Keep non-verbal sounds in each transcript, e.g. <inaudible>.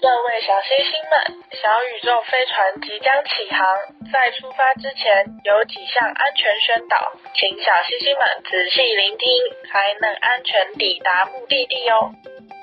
各位小星星们，小宇宙飞船即将起航，在出发之前有几项安全宣导，请小星星们仔细聆听，才能安全抵达目的地哦。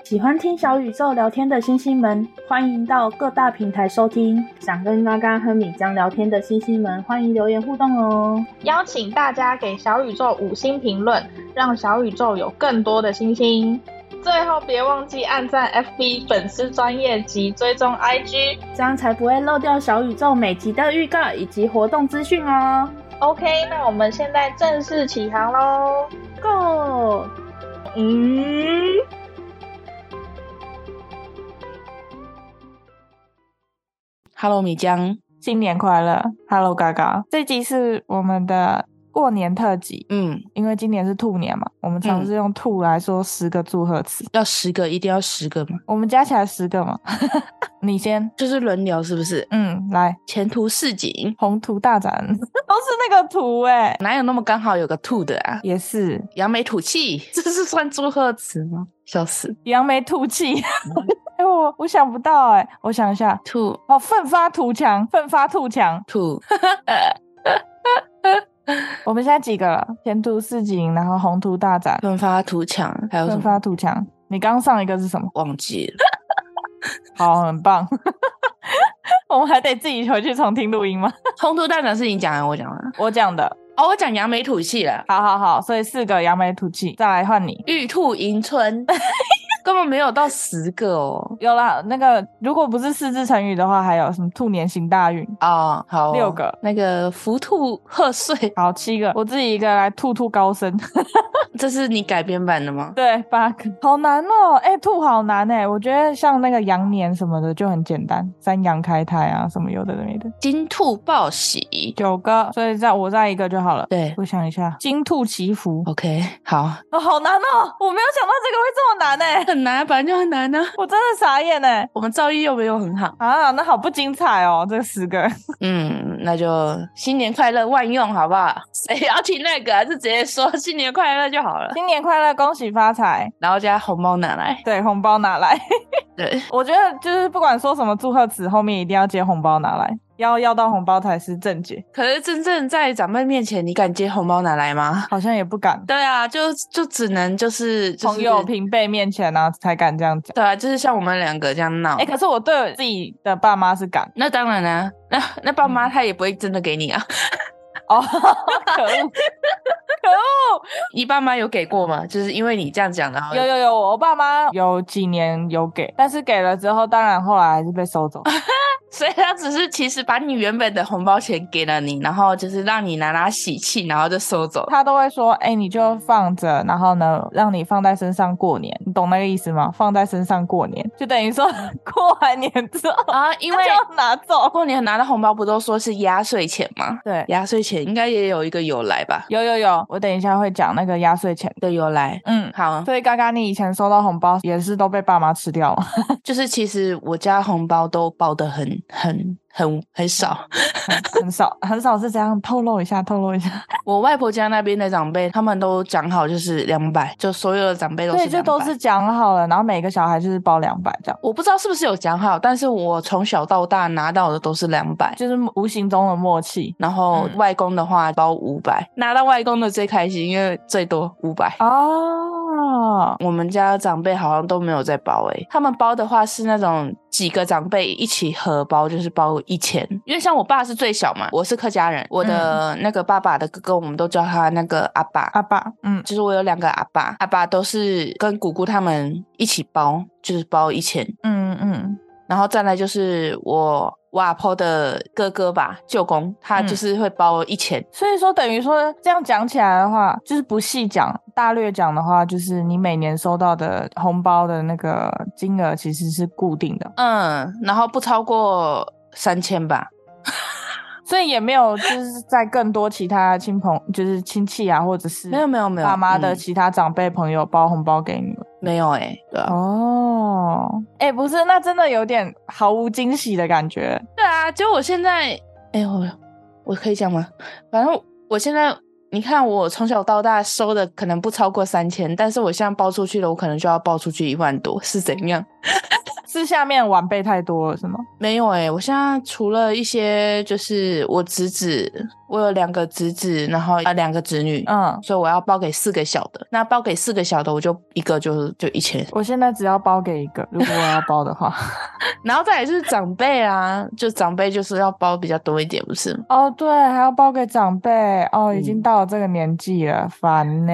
喜欢听小宇宙聊天的星星们，欢迎到各大平台收听。想跟嘎嘎和米江聊天的星星们，欢迎留言互动哦。邀请大家给小宇宙五星评论，让小宇宙有更多的星星。最后别忘记按赞 FB 粉丝专业及追踪 IG。这样才不会漏掉小宇宙每集的预告以及活动资讯哦。 OK，那我们现在正式起航喽，Go！嗯， Hello，米江。新年快乐，Hello，嘎嘎。这集是我们的呃过年特辑，嗯，因为今年是兔年嘛，我们尝试用兔来说十个祝贺词，要十个，一定要十个嘛，我们加起来十个嘛。 <laughs> 你先，就是轮流，是不是？嗯，来，前途似锦，哦宏图大展， <laughs> 都是那个图哎、哪有那么刚好有个兔的啊？也是扬眉吐 <laughs> 气，这是算祝贺词吗？笑死，扬眉吐气。哎、我我想不到哎、我想一下，兔哦，奋发图强，奋发图强。 <laughs> 兔，我们现在几个了？前途似锦，然后宏图大展，奋发图强，还有什奋么发图强。你刚上一个是什么？忘记了？好，很棒。 <laughs> 我们还得自己回去重听录音吗？宏图大展是你讲的，我讲的。我讲的，哦，我讲扬眉吐气了，好好好，所以四个扬眉吐气，再来换你。玉兔迎 <laughs> 春，根本没有到十个哦。有啦，那个如果不是四字成语的话，还有什么兔年行大运？哦，好哦六个那个福兔贺岁， <laughs> 好，七个，我自己一个来兔兔高升。这是你改编版的吗？ <laughs> 对，八个，好难哦！哎、兔好难哎、我觉得像那个羊年什么的就很简单，三羊开泰啊，什么有的没的。金兔报喜，九个，所以再我再一个就好了。对我想一下，金兔祈福， ，OK，好，哦，好难哦！我没有想到这个会这么难哎、很难，啊本来就很难呢、 <laughs> 我真的傻眼哎、我们造诣又没有很好，啊，那好不精彩哦，这十个。 <laughs> 嗯，那就新年快乐万用好不好？谁要听那个啊、就直接说新年快乐就好了，新年快乐，恭喜发财，然后加红包拿来。对，红包拿来。 <laughs> 对，我觉得就是不管说什么祝贺词，后面一定要接红包拿来，要要到红包才是正解，可是真正在长辈面前，你敢接红包拿来吗？好像也不敢。对啊，就就只能就是、就是、朋友平辈面前呢、啊，才敢这样讲。对啊，就是像我们两个这样闹。哎、可是我对我自己的爸妈是敢那当然啦、啊那那爸妈他也不会真的给你啊。 <laughs> 哦， <laughs> 可恶！你爸妈有给过吗？就是因为你这样讲，然后有有有，我爸妈有几年有给，但是给了之后，当然后来还是被收走。所以他只是其实把你原本的红包钱给了你，然后就是让你拿拿喜气，然后就收走。他都会说：“哎、你就放着，然后呢，让你放在身上过年，你懂那个意思吗？放在身上过年，就等于说 <laughs> 过完年之后，啊，因他为就要拿走。过年拿到红包不都说是压岁钱吗？对，压岁钱应该也有一个由来吧？有有有，我等一下会讲那个压岁钱。的由来，嗯，好，啊所以刚刚你以前收到红包也是都被爸妈吃掉了。” <laughs> 就是其实我家红包都包的很很很很少。很很少很少是这样，透露一下，透露一下。我外婆家那边的长辈，他们都讲好就是两百，就所有的长辈都对，是就都200是。讲好了，然后每个小孩就是包两百这样，我不知道是不是有讲好，但是我从小到大拿到的都是两百，就是无形中的默契。然后嗯外公的话包五百，拿到外公的最开心，因为最多五百。哦，我们家长辈好像都没有在包诶、他们包的话是那种几个长辈一起合包，就是包一千。因为像我爸是最小嘛，我是客家人，我的嗯那个爸爸的哥哥，我们都叫他那个阿爸。阿爸，嗯，就是我有两个阿爸，阿爸都是跟姑姑他们一起包，就是包一千。嗯嗯，然后再来就是我我阿婆的哥哥吧，舅公，他嗯就是会包一千。所以说等于说这样讲起来的话，就是不细讲，大略讲的话，就是你每年收到的红包的那个金额其实是固定的，嗯，然后不超过三千吧。所以也没有就是在更多其他亲朋，就是亲戚啊，或者是没有没有没有，爸妈的嗯其他长辈朋友包红包给你们。没有哎、对啊，哦，哎、不是，那真的有点毫无惊喜的感觉。对啊，就我现在，哎、我我可以讲吗？反正我现在，你看我从小到大收的可能不超过三千，但是我现在包出去了，我可能就要包出去一万多，是怎样？是是下面晚辈太多了是吗？没有哎、我现在除了一些就是我侄子，我有两个侄子，然后呃两个侄女，嗯，所以我要包给四个小的。那包给四个小的，我就一个就就一千，我现在只要包给一个，如果我要包的话。然后再来就是长辈啊，就长辈就是要包比较多一点，不是吗？哦，对，还要包给长辈哦，已经嗯到了这个年纪了，烦呢、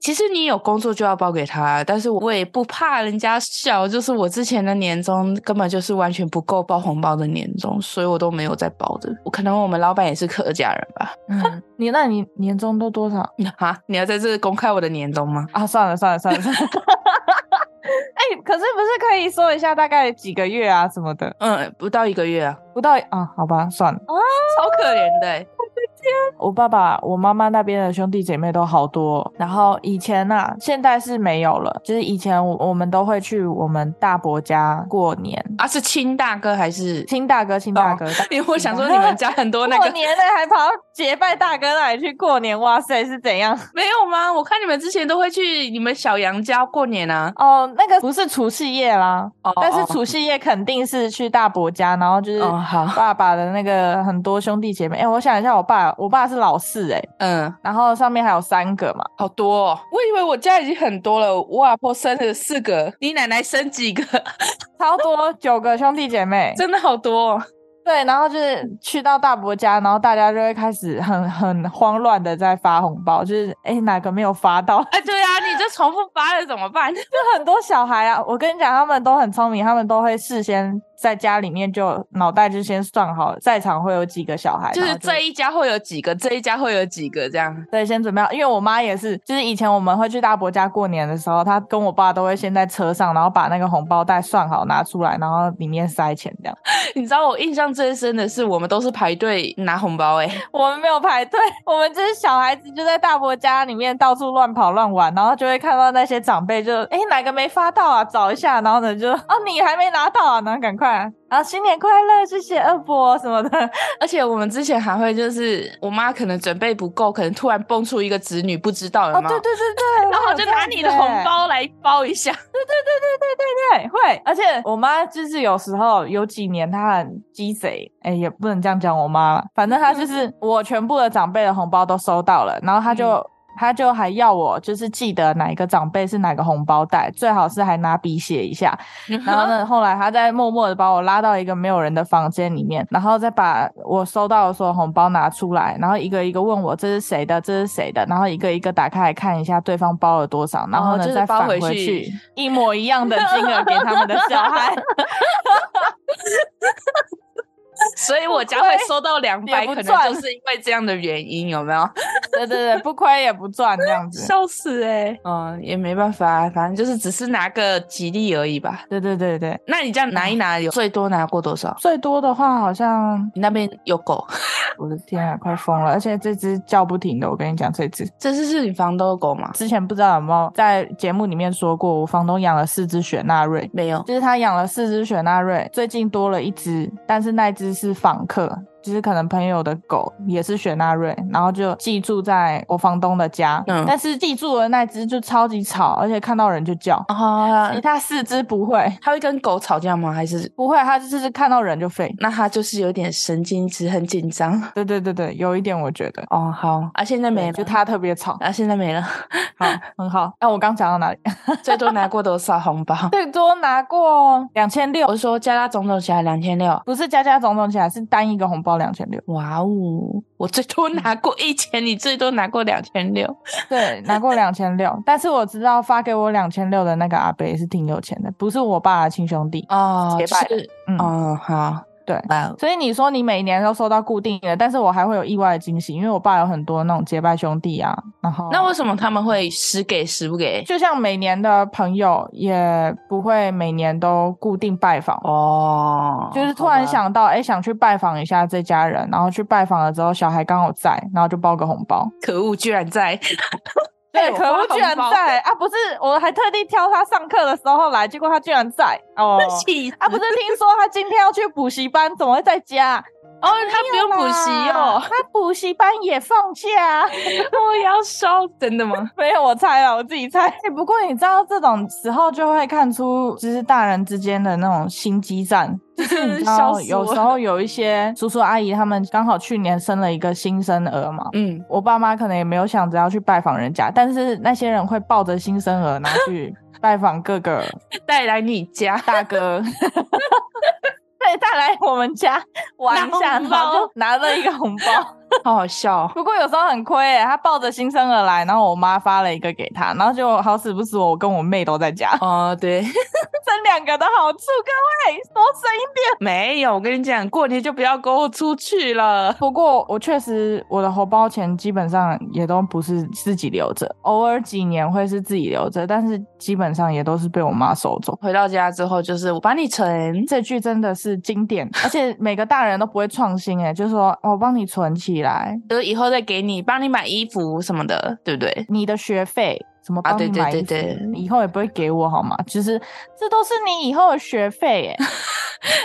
其实你有工作就要包给他，啊但是我也不怕人家笑，就是我之前的年终根本就是完全不够包红包的年终，所以我都没有在包的。我可能我们老板也是客家人吧？嗯，你那你年终都多少 <laughs> 啊，你要在这公开我的年终吗？啊？算了算了算 <laughs> 了算了。哎、可是不是可以说一下大概几个月啊什么的？嗯，不到一个月啊，不到啊，好吧，算了。超可怜的欸、我爸爸、我妈妈那边的兄弟姐妹都好多哦。然后以前呐、现在是没有了，就是以前我我们都会去我们大伯家过年。啊，是亲大哥还是？亲大哥，亲大哦哥，大因为我想亲说大你们家很多那过 <laughs> 个年呢，还跑到结拜大哥那里去过年，哇塞，是怎样？没有吗？我看你们之前都会去你们小杨家过年啊。哦，那个不是除夕夜啦，哦但是哦除夕夜肯定是去大伯家，然后就是哦好 <laughs> 爸爸的那个很多兄弟姐妹。哎、我想一下，我爸，我爸是老四哎、嗯，然后上面还有三个嘛，好多、哦。我以为我家已经很多了，我阿婆生了四个，你奶奶生几个？超多九个兄弟姐妹。 <laughs> 真的好多、 <laughs> 哦。对，然后就是去到大伯家，然后大家就会开始很很慌乱的在发红包，就是哎、哪个没有发到， <laughs> 哎，对啊，你这重复发了怎么办？很多小孩啊，我跟你讲，他们都很聪明，他们都会事先在家里面就脑袋就先算好，在场会有几个小孩，就然是后这一家会有几个，这一家会有几个这样。对，先准备好。因为我妈也是，就是以前我们会去大伯家过年的时候，她跟我爸都会先在车上，然后把那个红包袋算好拿出来，然后里面塞钱这样。你知道我印象最深的是，我们都是排队拿红包、欸，哎，我们没有排队，我们就是小孩子就在大伯家里面到处乱跑乱玩，然后就会看到那些长辈就哎哪个没发到啊，找一下，然后呢就哦你还没拿到啊，然后赶快啊新年快乐，谢谢二伯什么的。而且我们之前还会就是，我妈可能准备不够，可能突然蹦出一个侄女，不知道有哦没对有？对对对， <laughs> 然后就拿你的红包。包来包一下。对，会，而且我妈就是有时候有几年她很鸡贼，哎，也不能这样讲我妈啦，反正她就是我全部的长辈的红包都收到了，然后她就、她就还要我就是记得哪一个长辈是哪个红包袋，最好是还拿笔写一下， <laughs> 然后呢，后来他再默默的把我拉到一个没有人的房间里面，然后再把我收到的所有红包拿出来，然后一个一个问我这是谁的，这是谁的，然后一个一个打开来看一下对方包了多少，然后哦呢、就是再包返回回去一模一样的金额给他们的小孩，所以我家会收到两也百，不可能赚就是因为这样的原因，有 <laughs> 没有？对对对，不亏也不赚这样子。笑死哎、欸嗯，也没办法，反正就是只是拿个吉利而已吧。对对对对，那你这样嗯拿一拿，有最多拿过多少？最多的话好像你那边有狗， <laughs> 我的天啊，快疯了！而且这只叫不停的，我跟你讲，这只这是是你房东的狗吗？之前不知道有没有在节目里面说过，我房东养了四只雪纳瑞，没有，就是他养了四只雪纳瑞，最近多了一只，但是那只是访客，就是可能朋友的狗也是雪纳瑞，然后就寄住在我房东的家，嗯但是寄住的那只就超级吵，而且看到人就叫，啊其，他四只不会，它会跟狗吵架吗？还是不会，它就是看到人就吠。那它就是有点神经质，很紧张？对对对对，有一点我觉得。哦，好，啊，现在没对了，就它特别 <laughs> 吵，啊，现在没了。好，很好。那、我刚讲到哪里？ <laughs> 最多拿过多少红包？最多拿过两千六，我是说加加总总起来两千六。不是加加总总起来是单一个红包两千六。哇哦，我最多拿过一千，你最多拿过两千六。对，拿过两千六，但是我知道发给我两千六的那个阿伯也是挺有钱的，不是我爸的亲兄弟。哦结拜是嗯，哦，好，对哇哦，所以你说你每年都收到固定的，但是我还会有意外的惊喜，因为我爸有很多那种结拜兄弟啊，然后那为什么他们会时给时不给？就像每年的朋友也不会每年都固定拜访。哦，就是突好然吧，想到，哎、想去拜访一下这家人，然后去拜访了之后，小孩刚好在，然后就包个红包。可恶，居然 <laughs> 在，对，我 <laughs> 可恶，发居然红包哦在啊！不是，我还特地挑他上课的时候来， <laughs> 结果他居然在哦。气 <laughs> <laughs> 啊，不是听说他今天要去补习班，怎么会在家？哦，他不用补习哦， <laughs> 他补习班也放假、 <laughs> 我要烧，真的 <laughs> 吗？没有，我猜了，我自己猜。 <laughs> 哎不过你知道这种时候就会看出，就是大人之间的那种心机战。就是你知笑道，死有我时候有一些叔叔阿姨他们刚好去年生了一个新生儿嘛，嗯，我爸妈可能也没有想着要去拜访人家，但是那些人会抱着新生儿，然后去拜访各个带来你家大哥。对， <laughs> 带来我们家玩一下，拿红然包后就拿了一个红包。好好笑、 <laughs> 哦。不过有时候很亏诶、他抱着新生儿来，然后我妈发了一个给他，然后就好死不死我，我跟我妹都在家，哦，<laughs> 对，这两个的好处，各位多省一点。没有，我跟你讲，过年就不要跟我出去了。不过我确实我的红包钱基本上也都不是自己留着，偶尔几年会是自己留着，但是基本上也都是被我妈收走。回到家之后，就是我把你存，这句真的是经典，而且每个大人都不会创新诶、就是说哦我帮你存起来，得以后再给你，帮你买衣服什么的，对不对？ <laughs> 你的学费什么啊帮你对对买对衣服对以后也不会给我好吗？就是这都是你以后的学 <laughs> 费诶、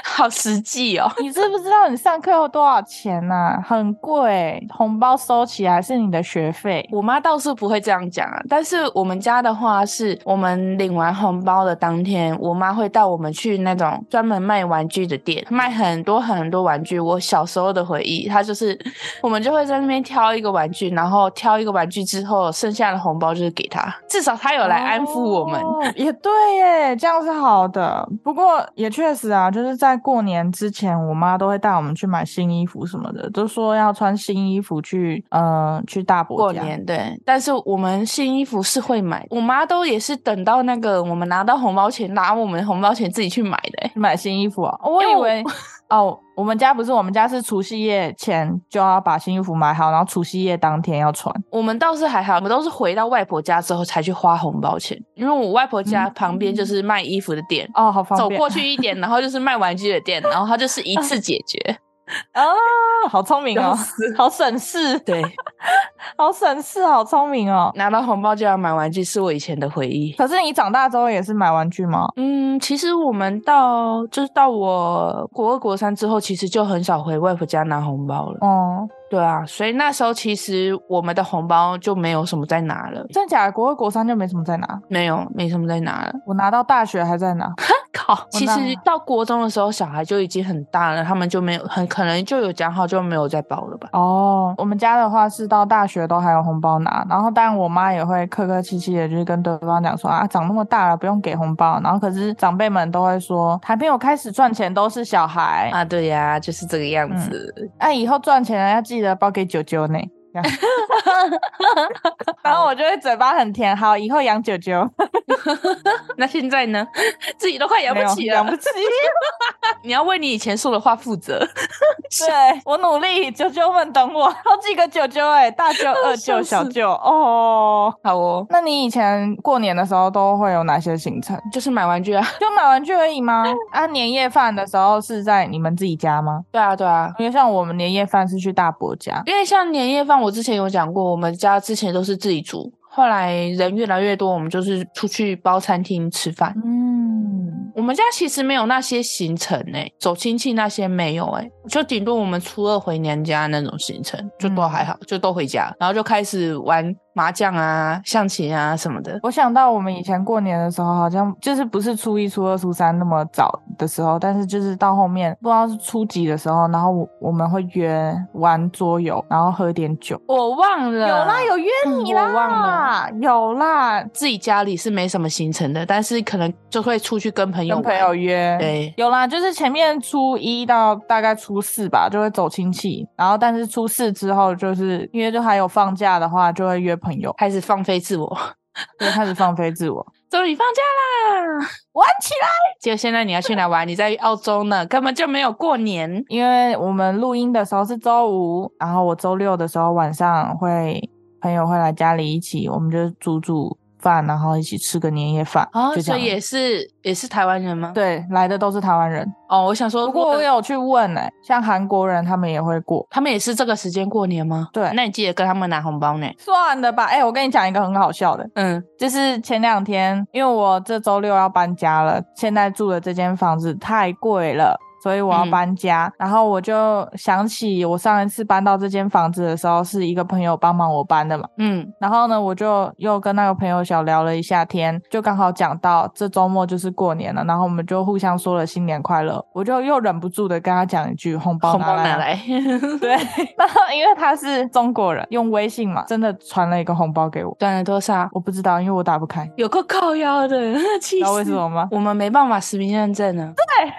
好实际哦。你知不知道你上课要多少钱呐、很贵、红包收起来是你的学 <laughs> 费。我妈倒是不会这样讲啊，但是我们家的话是，我们领完红包的当天，我妈会带我们去那种专门卖玩具的店，卖很多很多玩具。我小时候的回忆，她就是我们就会在那边挑一个玩具，然后挑一个玩具之后，剩下的红包就是给她，至少她有来安抚我们。哦也对耶，这样是好的。不过也确实啊，就是在过年之前，我妈都会带我们去买新衣服什么的，都说要穿新衣服去，呃，去大伯过家。年对，但是我们新衣服是会买，我妈都也是等到那个我们拿到红包钱，拿我们红包钱自己去买的、欸。去买新衣服啊？哦我因以为我为哦，我们家不是，我们家是除夕夜前就要把新衣服买好，然后除夕夜当天要穿。我们倒是还好，我们都是回到外婆家之后才去花红包钱，因为我外婆家嗯旁边就是卖衣服的店，哦，好方走便过去一点，然后就是卖玩具的店，然后它就是一次解 <laughs> 决。啊！好聪明哦笑，好省事，对，好省事，好聪明哦。 <laughs> 拿到红包就要买玩具，是我以前的回忆。可是你长大之后也是买玩具吗？嗯，其实我们到就是到我国二国三之后，其实就很少回外婆家拿红包了。哦，对啊，所以那时候其实我们的红包就没有什么在拿了，真假的？国二国三就没什么在拿，没有，没什么在拿了。我拿到大学还在哦拿。 <laughs> 靠，其那实到国中的时候，小孩就已经很大了，他们就没有很可能就有讲好就没有再包了吧？哦，我们家的话是到大学都还有红包拿，然后但我妈也会客客气气的，就是跟对方讲说啊，长那么大了不用给红包。然后可是长辈们都会说，还没有开始赚钱都是小孩，啊，对呀、就是这个样子。 <laughs> 那、啊以后赚钱了要记得包给九九呢。这样 <laughs> 然后我就会嘴巴很甜，好，以后养九九，那现在呢， <laughs> 自己都快养没不有起养了不，起。你要为你以前说的话负责。对我努力，九九们等我，好几个九九哎，大舅、二舅、 <laughs> 笑小死舅哦。好哦，那你以前过年的时候都会有哪些行程？ <laughs> 就是买玩具啊。 <laughs> 就买玩具而已吗？啊，年夜饭的时候是在你们自己家吗？对啊，对啊。因为像我们年夜饭是去大伯家，因为像年夜饭，我之前有讲过，我们家之前都是自己煮，后来人越来越多，我们就是出去包餐厅吃饭。嗯，我们家其实没有那些行程诶、走亲戚那些没有诶、就顶多我们初二回娘家那种行程，就都还嗯好，就都回家，然后就开始玩麻将啊、象棋啊什么的。我想到我们以前过年的时候，好像就是不是初一、初二、初三那么早的时候，但是就是到后面不知道是初几的时候，然后我我们会约玩桌游，然后喝点酒。我忘了，有啦，有约嗯你我啦，忘了有啦，自己家里是没什么行程的，但是可能就会出去跟朋友跟玩。朋友约，对有啦，就是前面初一到大概初四吧，就会走亲戚，然后但是初四之后，就是因为就还有放假的话，就会约朋友，开始放飞自我，就开始放飞自我，终于放假啦！玩起来。结果现在你要去哪玩？你在澳洲呢，根本就没有过年。因为我们录音的时候是周五，然后我周六的时候晚上会朋友会来家里一起，我们就煮煮饭，然后一起吃个年夜饭，哦，就这所样以。也是也是台湾人吗？，对，来的都是台湾人。哦，我想说，不过我如果有去问呢、欸像韩国人他们也会过，他们也是这个时间过年吗？对那你记得跟他们拿红包呢。算了吧。哎、我跟你讲一个很好笑的，嗯，就是前两天，因为我这周六要搬家了，现在住的这间房子太贵了，所以我要嗯搬家。然后我就想起我上一次搬到这间房子的时候，是一个朋友帮忙我搬的嘛。嗯然后呢，我就又跟那个朋友小聊了一下天，就刚好讲到这周末就是过年了，然后我们就互相说了新年快乐，我就又忍不住的跟他讲一句红包红拿包拿来啊来， <laughs> 对， <laughs> 然后因为他是中国人，用微信嘛，真的传了一个红包给我，短了多少？我不知道，因为我打不开，有够靠腰的， <laughs> 气你知死！道为什么吗？我们没办法实名认证呢？ <laughs> 对，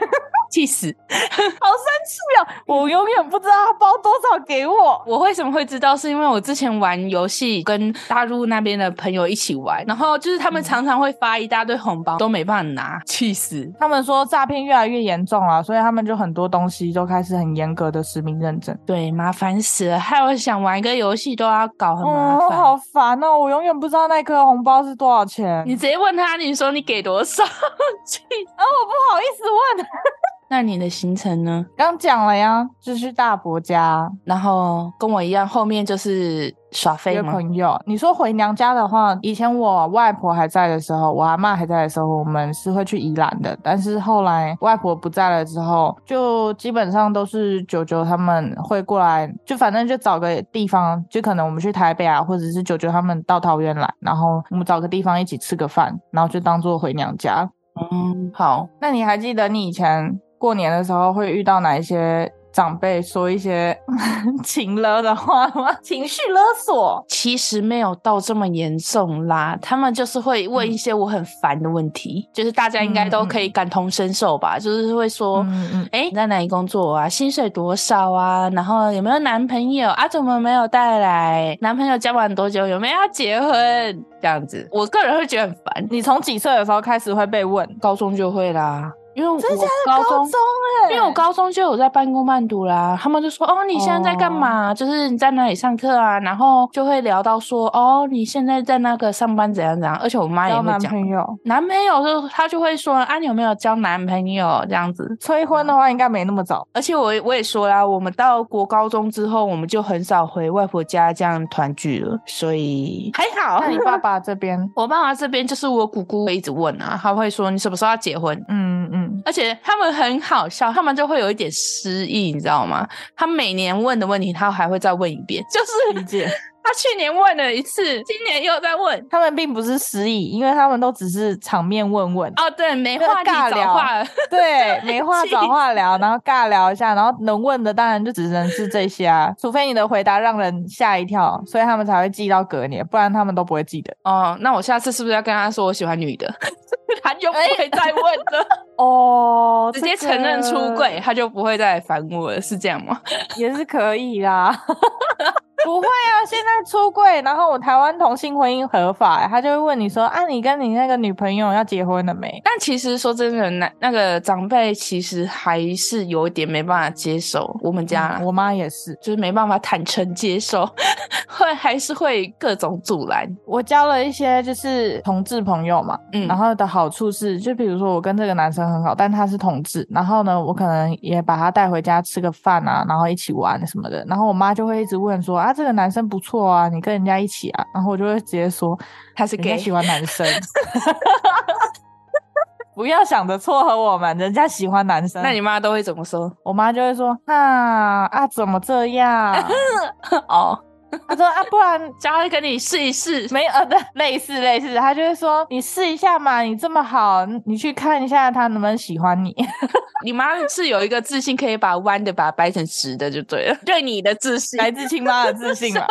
气死！好生气哦！ <laughs> 我永远不知道他包多少给我。我为什么会知道？是因为我之前玩游戏跟大陆那边的朋友一起玩，然后就是他们嗯常常会发一大堆红包，都没办法拿，气死！他们说诈骗越来越严重了，所以他们就很多东西都开始很严格的实名认证。对，麻烦死了！害我想玩一个游戏都要搞很麻哦，烦。好烦哦！我永远不知道那颗红包是多少钱，你直接问他，你说你给多少？ <laughs> 气啊，我不好意思问。 <laughs> 那你的行程呢？刚讲了呀，就去大伯家然后跟我一样，后面就是耍废约吗？朋友。你说回娘家的话，以前我外婆还在的时候，我阿妈还在的时候，我们是会去宜兰的。但是后来外婆不在了之后，就基本上都是九九他们会过来，就反正就找个地方，就可能我们去台北啊，或者是九九他们到桃园来，然后我们找个地方一起吃个饭，然后就当做回娘家。嗯，好，那你还记得你以前过年的时候会遇到哪一些 <laughs> 长辈说一些情勒的话吗？情绪勒索？其实没有到这么严重啦，他们就是会嗯问一些我很烦的问题，就是大家应该都可以感同身受吧，就是会说。嗯嗯，哎，你在哪里工作啊？薪水多少啊？然后有没有男朋友啊？怎么没有带来？男朋友交往多久？有没有要结婚？这样子，我个人会觉得很烦。你从几岁的时候开始会被问？高中就会啦，因为我真的假的高中中哎、因为我高中就有在半工半读啦，他们就说哦，你现在在干嘛？就是你在哪里上课啊？然后就会聊到说哦，你现在在那个上班怎样怎样，而且哎我妈也交会男讲。朋友男朋友就他就会说啊，你有没有交男朋友这样子？催婚的话，应该没那么早。而且我也我也说啦，我们到国高中之后，我们就很少回外婆家这样团聚了，所以还好那。你爸爸这边， <laughs> 我爸妈这边就是我姑姑会一直问啊，他会说你什么时候要结婚？ <laughs> 嗯嗯，而且他们很好笑，他们就会有一点失忆，你知道吗？他每年问的问题，他还会再问一遍，就是理解。他去年问了一次，今年又在问。 <laughs> 他们并不是失忆，因为他们都只是场面问 <laughs> 问。哦，对，没话题尬聊找话了，对，没话 <laughs> 气找话聊，然后尬聊一下，然后能问的当然就只能是这些啊，除非你的回答让人吓一跳，所以他们才会记到隔年，不然他们都不会记得。 <laughs> 哦，那我下次是不是要跟他说我喜欢女的？ <laughs> 他就不会再问了，哎哦， <laughs> 直接承认出柜，他就不会再来烦我了，是这样吗？也是可以啦。 <laughs> 不会啊，现在出柜，然后我台湾同性婚姻合法、欸他就会问你说啊，你跟你那个女朋友要结婚了没？但其实说真的，那那个长辈其实还是有一点没办法接受我们家啦、嗯我妈也是，就是没办法坦诚接受， <laughs> 会还是会各种阻拦。我交了一些就是同志朋友嘛，嗯，然后的好处是，就比如说我跟这个男生很好，但他是同志，然后呢，我可能也把他带回家吃个饭啊，然后一起玩什么的，然后我妈就会一直问说啊，这个男生不错啊，你跟人家一起啊，然后我就会直接说他是人家 gay，喜欢男生， <laughs> 不要想着撮合我们，人家喜欢男生，那你妈都会怎么说？ <laughs> 我妈就会说啊啊怎么这样？ <laughs> 哦，她说啊不然叫他跟你试一试。没有呃，对，类似类似，他就会说你试一下嘛，你这么好，你去看一下他能不能喜欢你。 <laughs> 你妈是有一个自信，可以把弯的把它掰成直的，就对了。 <laughs> 对你的自信，来自亲妈的自信嘛。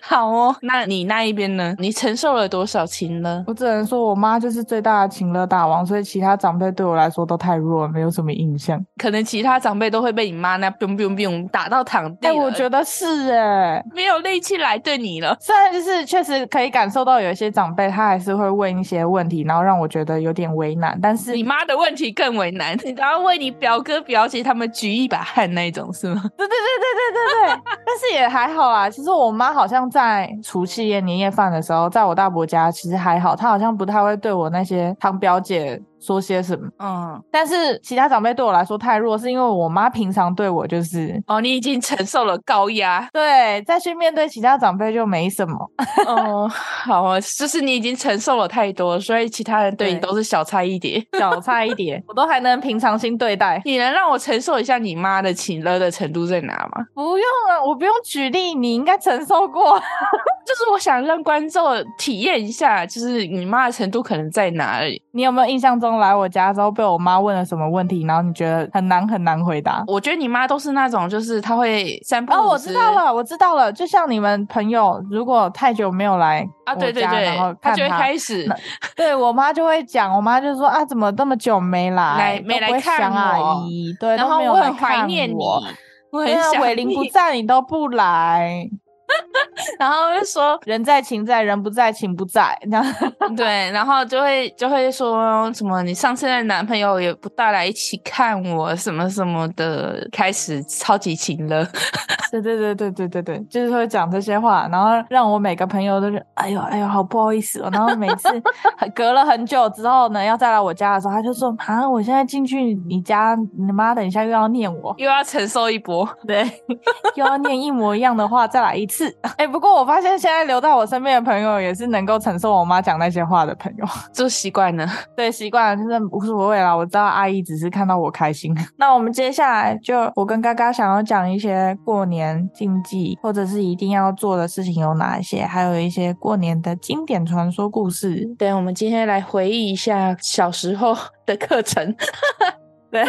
好哦。那你那一边呢？你承受了多少情呢？ <laughs> 我只能说我妈就是最大的情乐大王，所以其他长辈对我来说都太弱了，没有什么印象。可能其他长辈都会被你妈那 biu biu biu 打到躺地哎、了，我觉得是哎、没有力气来对你了。虽然就是确实可以感受到有一些长辈他还是会问一些问题，然后让我觉得有点为难，但是你妈的问题更为难， <laughs> 你都要为你表哥表姐他们举一把汗那一种是吗？对对对对 <laughs> 对对对，但是也还好啦。其实我妈好像在除夕夜年夜饭的时候，在我大伯家其实还好，她好像不太会对我那些堂表姐说些什么。嗯，但是其他长辈对我来说太弱，是因为我妈平常对我就是，哦，你已经承受了高压对，再去面对其他长辈就 <laughs> 没什么。 <laughs> 哦，好啊，就是你已经承受了太多，所以其他人对你对都是小菜一碟。 <laughs> 小菜一碟，我都还能平常心对待。你能让我承受一下你妈的情勒的程度在哪吗？不用啊，我不用举例，你应该承受过。就是我想让观众体验一下，就是你妈的程度可能在哪里。你有没有印象中来我家之后被我妈问了什么问题，然后你觉得很难很难回答？我觉得你妈都是那种，就是她会三不哦，五我时知道了，我知道了。就像你们朋友，如果太久没有来啊，我对对家对然后，她看就会他开始那对我妈就会讲，我妈就说啊，怎么这么久没来，来没都来不会看想阿我姨，对，然都后没有我来很怀看念你， <laughs> 我我对很啊，想伟玲你不，在，你都不来。然后就说人在情在，人不在情不在。然后 <laughs> 对，然后就会就会说什么你上次的男朋友也不带来一起看我什么什么的，开始超级情了。对对对对对对对，就是会讲这些话，然后让我每个朋友都是哎呦哎呦，好不好意思哦。然后每次很 <laughs> 隔了很久之后呢，要再来我家的时候，他就说啊，我现在进去你家，你妈等一下又要念我，又要承受一波。对， <laughs> 又要念一模一样的话，再来一次。哎、不过我发现现在留在我身边的朋友也是能够承受我妈讲那些话的朋友，就习惯了。对，习惯了，就是无所谓啦。我知道阿姨只是看到我开心。 <laughs> 那我们接下来就我跟嘎嘎想要讲一些过年禁忌，或者是一定要做的事情有哪一些，还有一些过年的经典传说故事。对，我们今天来回忆一下小时候 <laughs> 的课程。对，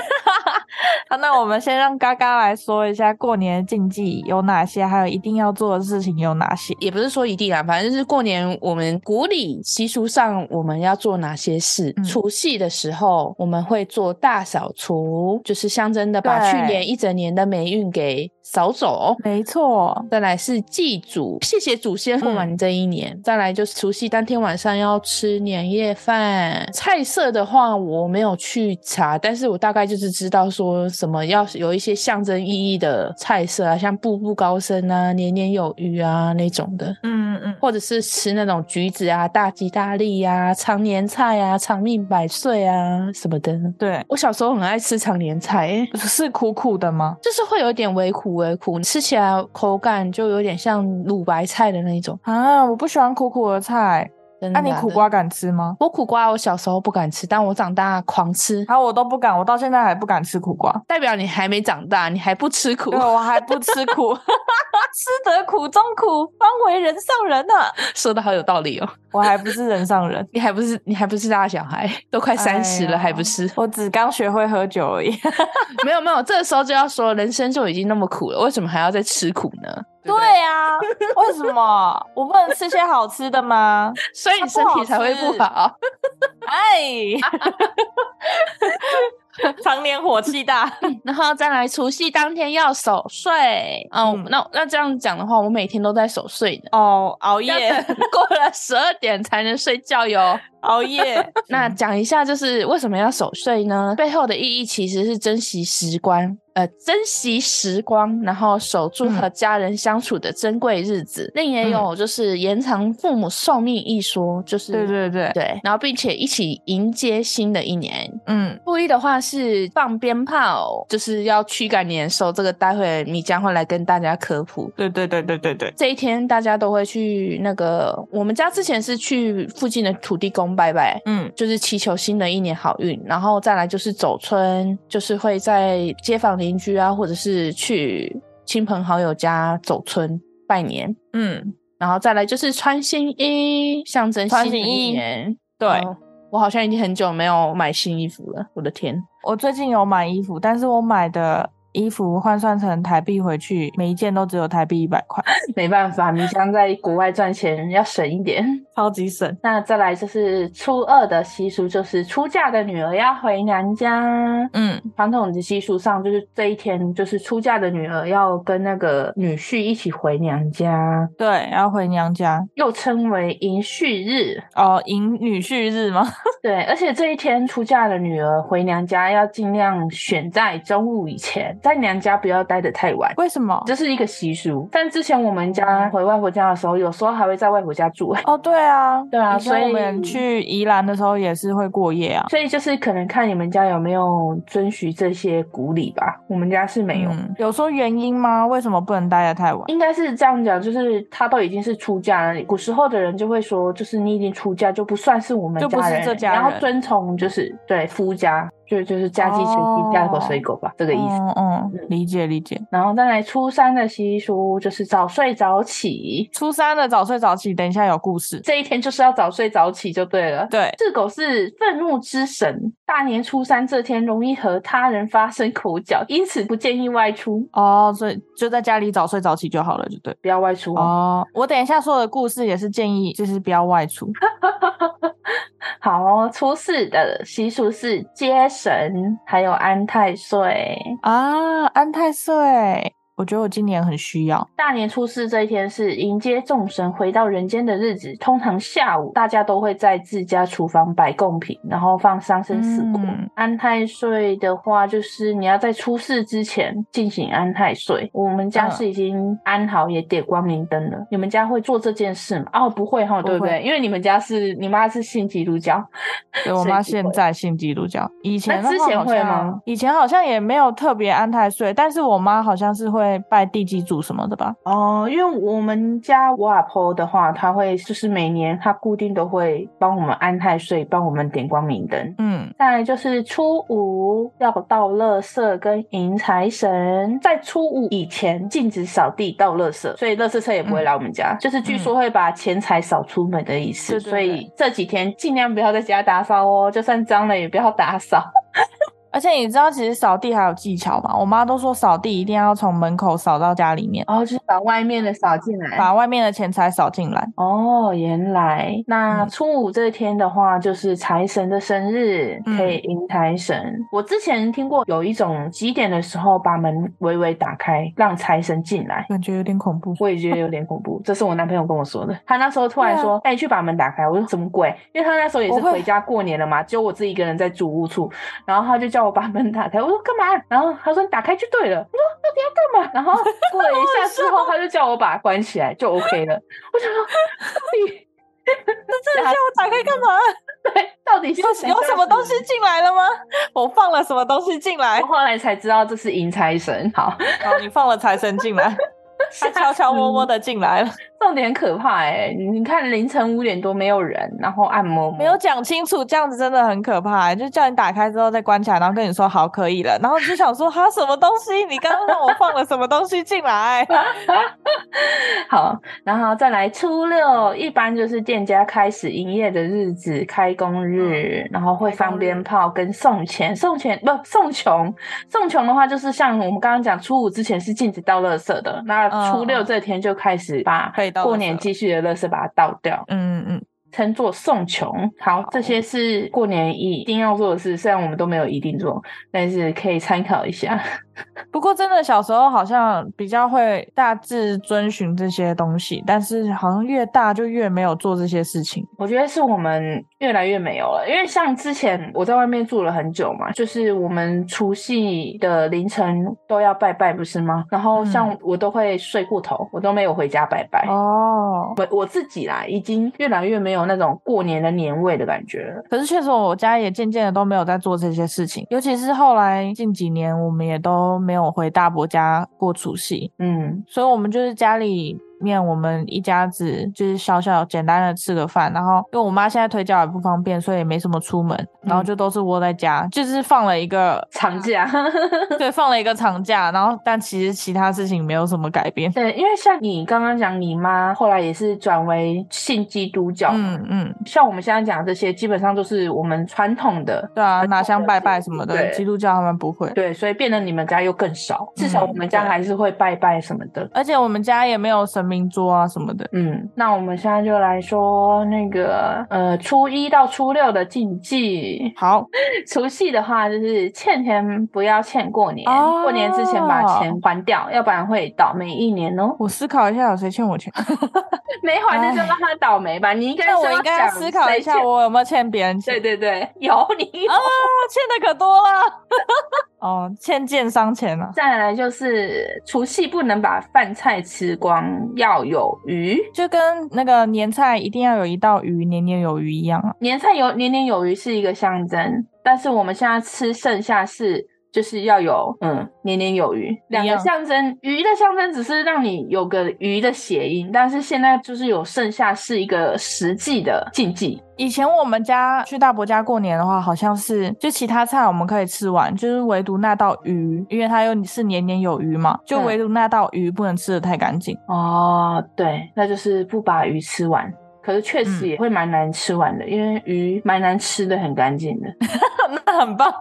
好，那我们先让嘎嘎来说一下过年的禁忌有哪些，还有一定要做的事情有哪些。也不是说一定啊，反正就是过年我们古礼习俗上我们要做哪些事。嗯除夕的时候我们会做大扫除，就是象征的把去对年一整年的霉运给扫走。没错，再来是祭祖，谢谢祖先过完这一年。再来就是除夕当天晚上要吃年夜饭。菜色的话，我没有去查，但是我大概就是知道说什么要有一些象征意义的菜色啊，像步步高升啊、年年有余啊那种的。嗯嗯。或者是吃那种橘子啊、大吉大利啊、常年菜啊、长命百岁啊什么的。对，我小时候很爱吃常年菜、欸，是苦苦的吗？就是会有点微苦微苦，吃起来口感就有点像卤白菜的那一种。啊，我不喜欢苦苦的菜。真那、的你假苦的？瓜敢吃吗？我苦瓜我小时候不敢吃，但我长大狂吃，啊，我都不敢，我到现在还不敢吃苦瓜，代表你还没长大，你还不吃苦对，，哦我还不吃苦， <laughs> 吃得苦中苦，方为人上人呢、 <laughs> 说的好有道理哦。我还不是人上人，你还不是你还不是大小孩，都快三十了、哎呀？还不是我只刚学会喝酒而已。 <laughs> 没有没有，这个时候就要说人生就已经那么苦了，为什么还要再吃苦呢？ <laughs> 对不对 <laughs> 对啊，为什么我不能吃些好吃的吗？所以你身体才会不它好。 <laughs> 哎， <laughs> 常年火气大。 <laughs> 然后再来除夕当天要守岁。嗯，嗯那那这样讲的话，我每天都在守岁呢。哦，熬要夜，等 <laughs> 过了十二点才能睡觉哟。熬夜。 <laughs> 那嗯讲一下，就是为什么要守岁呢？背后的意义其实是珍惜时光，呃，珍惜时光，然后守住和家人相处的珍贵日子。另也有就是延长父母寿命一说，就是对对对，嗯对，然后并且一起迎接新的一年。嗯，初一的话是放鞭炮，就是要驱赶年兽，这个待会米江会来跟大家科普。对对对对对对。这一天大家都会去那个，我们家之前是去附近的土地公拜拜，嗯，就是祈求新的一年好运，然后再来就是走村，就是会在街坊邻居啊，或者是去亲朋好友家走村拜年，嗯，然后再来就是穿新衣，象征穿新的新衣一年。对。哦我好像已经很久没有买新衣服了，我的天！我最近有买衣服，但是我买的衣服换算成台币回去，每一件都只有台币一百块，没办法，米江在国外赚钱要省一点。超级省。那再来就是初二的习俗，就是出嫁的女儿要回娘家。嗯，传统的习俗上，就是这一天，就是出嫁的女儿要跟那个女婿一起回娘家，对，然后回娘家又称为迎婿日。哦，迎女婿日吗？ <laughs> 对，而且这一天出嫁的女儿回娘家要尽量选在中午以前，在娘家不要待得太晚。为什么？ <laughs> 这是一个习俗，但之前我们家回外婆家的时候，有时候还会在外婆家住，哦，对啊，对啊以前所以我们去宜兰的时候也是会过夜啊。所以就是可能看你们家有没有遵循这些古礼吧。我们家是没有，嗯有说原因吗？为什么不能待得太晚？应该是这样讲，就是他都已经是出嫁了，古时候的人就会说，就是你已经出嫁就不算是我们就不家是人，这家然后人遵从就是对夫家，就就是嫁鸡随哦鸡，嫁狗随狗吧，这个意思。嗯嗯嗯，理解理解。然后再来初三的习俗就是早睡早起，初三的早睡早起，等一下有故事。这一天就是要早睡早起就对了。对，赤狗是愤怒之神，大年初三这天容易和他人发生口角，因此不建议外出，哦，所以就在家里早睡早起就好了，就对。不要外出哦。哦，我等一下说的故事也是建议，就是不要外 <laughs> 出。好哦，初四的习俗是接神，还有安太岁。啊，安太岁，我觉得我今年很需要。大年初四这一天是迎接众神回到人间的日子，通常下午大家都会在自家厨房摆贡品，然后放桑参四果。嗯安太岁的话，就是你要在初四之前进行安太岁。我们家嗯是已经安好，也点光明灯了。你们家会做这件事吗？哦，不会哈，不对不会对？因为你们家是你妈是信基督教，对我所以妈不现会在信基督教，以前的之话前好会像吗？以前好像也没有特别安太岁，但是我妈好像是会拜地基主什么的吧？哦，因为我们家我阿婆的话，她会就是每年她固定都会帮我们安太岁，帮我们点光明灯。嗯，再来就是初五要倒垃圾跟迎财神，在初五以前禁止扫地倒垃圾，所以垃圾车也不嗯会来我们家，就是据说会把钱财扫出门的意思。对对所以这几天尽量不要在家打扫哦，就算脏了也不要打扫。 <laughs> 而且你知道其实扫地还有技巧吗？我妈都说扫地一定要从门口扫到家里面，然后就是把外面的扫进来，把外面的钱财扫进来。哦，原来那嗯初五这天的话，就是财神的生日，嗯可以迎财神。我之前听过有一种几点的时候把门微微打开，让财神进来。感觉有点恐怖。我也觉得有点恐怖，这是我男朋友跟我说的。他那时候突然对啊说：“哎、你去把门打开。”我说：“什么鬼？”因为他那时候也我是会回家过年了嘛，只有我自己一个人在主屋处，然后他就叫我把门打开。我说：“干嘛？”然后他说：“你打开就对了。”我说：“到底要干嘛？”然后过了一下之后，他就叫我把它关起来，就 OK 了。我想说，到底这下我打开 <laughs> 干嘛？对， <laughs> 到底是有谁有什么东西当时？进来了吗？我放了什么东西进来 <laughs> <laughs> 我？后来才知道这是迎财神。好，然哦后你放了财神进 <laughs> 来，他悄悄摸摸的进来了，重点可怕哎、你看凌晨五点多没有人，然后按摩没有讲清楚，这样子真的很可怕、欸就叫你打开之后再关起来，然后跟你说好可以了，然后你就想说哈什么东西？你刚刚让我放了什么东西进来？好，然后再来初六，一般就是店家开始营业的日子，开工日，然后会嗯开工放日鞭炮跟送钱，送钱不送穷，送穷的话就是像我们刚刚讲，初五之前是禁止倒垃圾的，那嗯初六嗯这天就开始把可以倒垃圾过年了积蓄的垃圾把它倒掉， <laughs> 嗯嗯，称作送穷。好，这些是过年一定要做的事，虽然我们都没有一定做，但是可以参考一下。 <laughs> 不过真的小时候好像比较会大致遵循这些东西，但是好像越大就越没有做这些事情。我觉得是我们越来越没有了，因为像之前我在外面住了很久嘛，就是我们除夕的凌晨都要拜拜，不是吗？然后像我都会睡过头，我都没有回家拜拜。哦，我我自己啦，已经越来越没有那种过年的年味的感觉了。可是确实，我家也渐渐的都没有在做这些事情，尤其是后来近几年，我们也都没有回大伯家过除夕，嗯，所以我们就是家里面我们一家子就是小小简单的吃个饭，然后因为我妈现在腿脚也不方便，所以也没什么出门，然后就都是窝在家，就是放了一个嗯 <laughs> 长假。对，放了一个长假，然后但其实其他事情没有什么改 <laughs> 变。对，因为像你刚刚讲，你妈后来也是转为信基督教嘛。嗯嗯，像我们现在讲的这些，基本上都是我们传统的对啊，拿香拜拜什么的，对基督教他们不会。对，所以变得你们家又更少，至少嗯我们家对还是会拜拜什么的。而且我们家也没有神明桌啊什么的。嗯，那我们现在就来说那个呃，初一到初六的禁忌。好，除夕的话，就是欠钱不要欠过年，哦过年之前把钱还掉，要不然会倒霉一年哦。 <laughs> 我思考一下，有谁欠我钱？没还的就让他倒霉吧。你应该那是我要应该要想思考谁一下，欠。我有没有欠别人钱？对对对，有你有啊，欠的可多了。 <laughs> 哦，欠建商钱啊， <laughs> 再来就是除夕不能把饭菜吃光，要有余。就跟那个年菜一定要有一道鱼，年年有余一样啊。年菜有年年有余是一个象征，但是我们现在吃剩下是就是要有嗯年年有余，两一个样象征。鱼的象征只是让你有个鱼的谐音，但是现在就是有剩下是一个实际的禁忌。以前我们家去大伯家过年的话，好像是就其他菜我们可以吃完，就是唯独那道鱼，因为它又是年年有余嘛，就对唯独那道鱼不能吃的太干净。哦，对，那就是不把鱼吃完。可是确嗯实也会蛮难吃完的，因为鱼蛮难吃的，很干净的。 <laughs> 那很棒，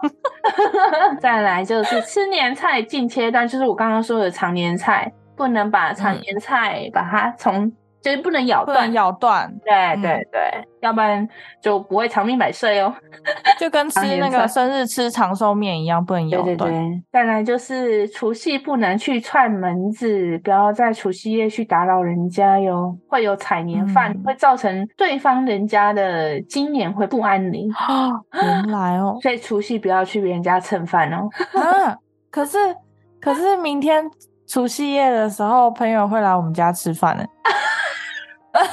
<laughs> 再来就是吃年菜进切蛋，就是我刚刚说的常年菜，不能把嗯常年菜把它从、就是不能咬不能断，咬断，对对对，要不然就不会长命百岁哦。就跟吃常年那菜个生日吃长寿面一样，不能咬对对断。对，再来就是除夕不能去串门子，不要在除夕夜去打扰人家哟，会有踩年饭，嗯会造成对方人家的今年会不 <laughs> 安宁，啊，原来哦，所以除夕不要去别人家蹭饭哦。啊，可是可是明天除夕夜的时候，朋友会来我们家吃饭呢。 <laughs>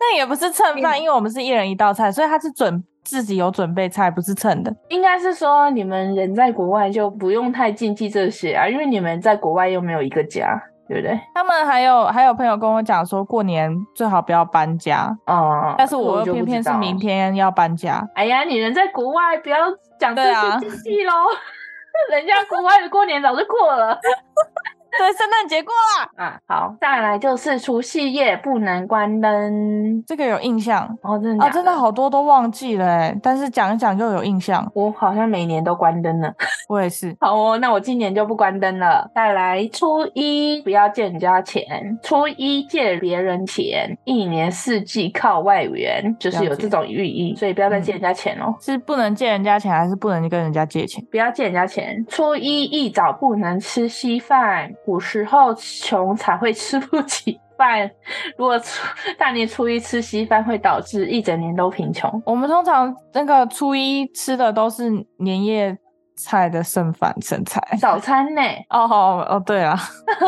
那也不是蹭饭，因为我们是一人一道菜，所以他是准自己有准备菜，不是蹭的。应该是说你们人在国外就不用太禁忌这些啊，因为你们在国外又没有一个家，对不对？他们还有还有朋友跟我讲说，过年最好不要搬家，哦、但是我就又不偏偏知是道明。天要搬家。 <laughs> 哎呀，你人在国外，不要讲这对啊些禁忌喽。 <laughs> 人家国外的过年早就过了对，圣诞节过了，啊。好，再来就是除夕夜不能关灯。这个有印象哦，真的啊，假真的好多都忘记了欸，但是讲一讲又有印象。我好像每年都关灯了。我也是， <laughs> 好哦，那我今年就不关灯了。再来，初一不要借人家钱，初一借别人钱，一年四季靠外援，就是有了解嗯这种寓意，所以不要再借人家钱哦。是不能借人家钱，还是不能跟人家借钱？不要借人家钱。初一一早不能吃稀饭，古时候穷才会吃不起饭。如果初大年初一吃稀饭，会导致一整年都贫穷。我们通常那个初一吃的都是年夜菜的剩饭剩菜。 <laughs> 早餐呢？哦哦，对啊，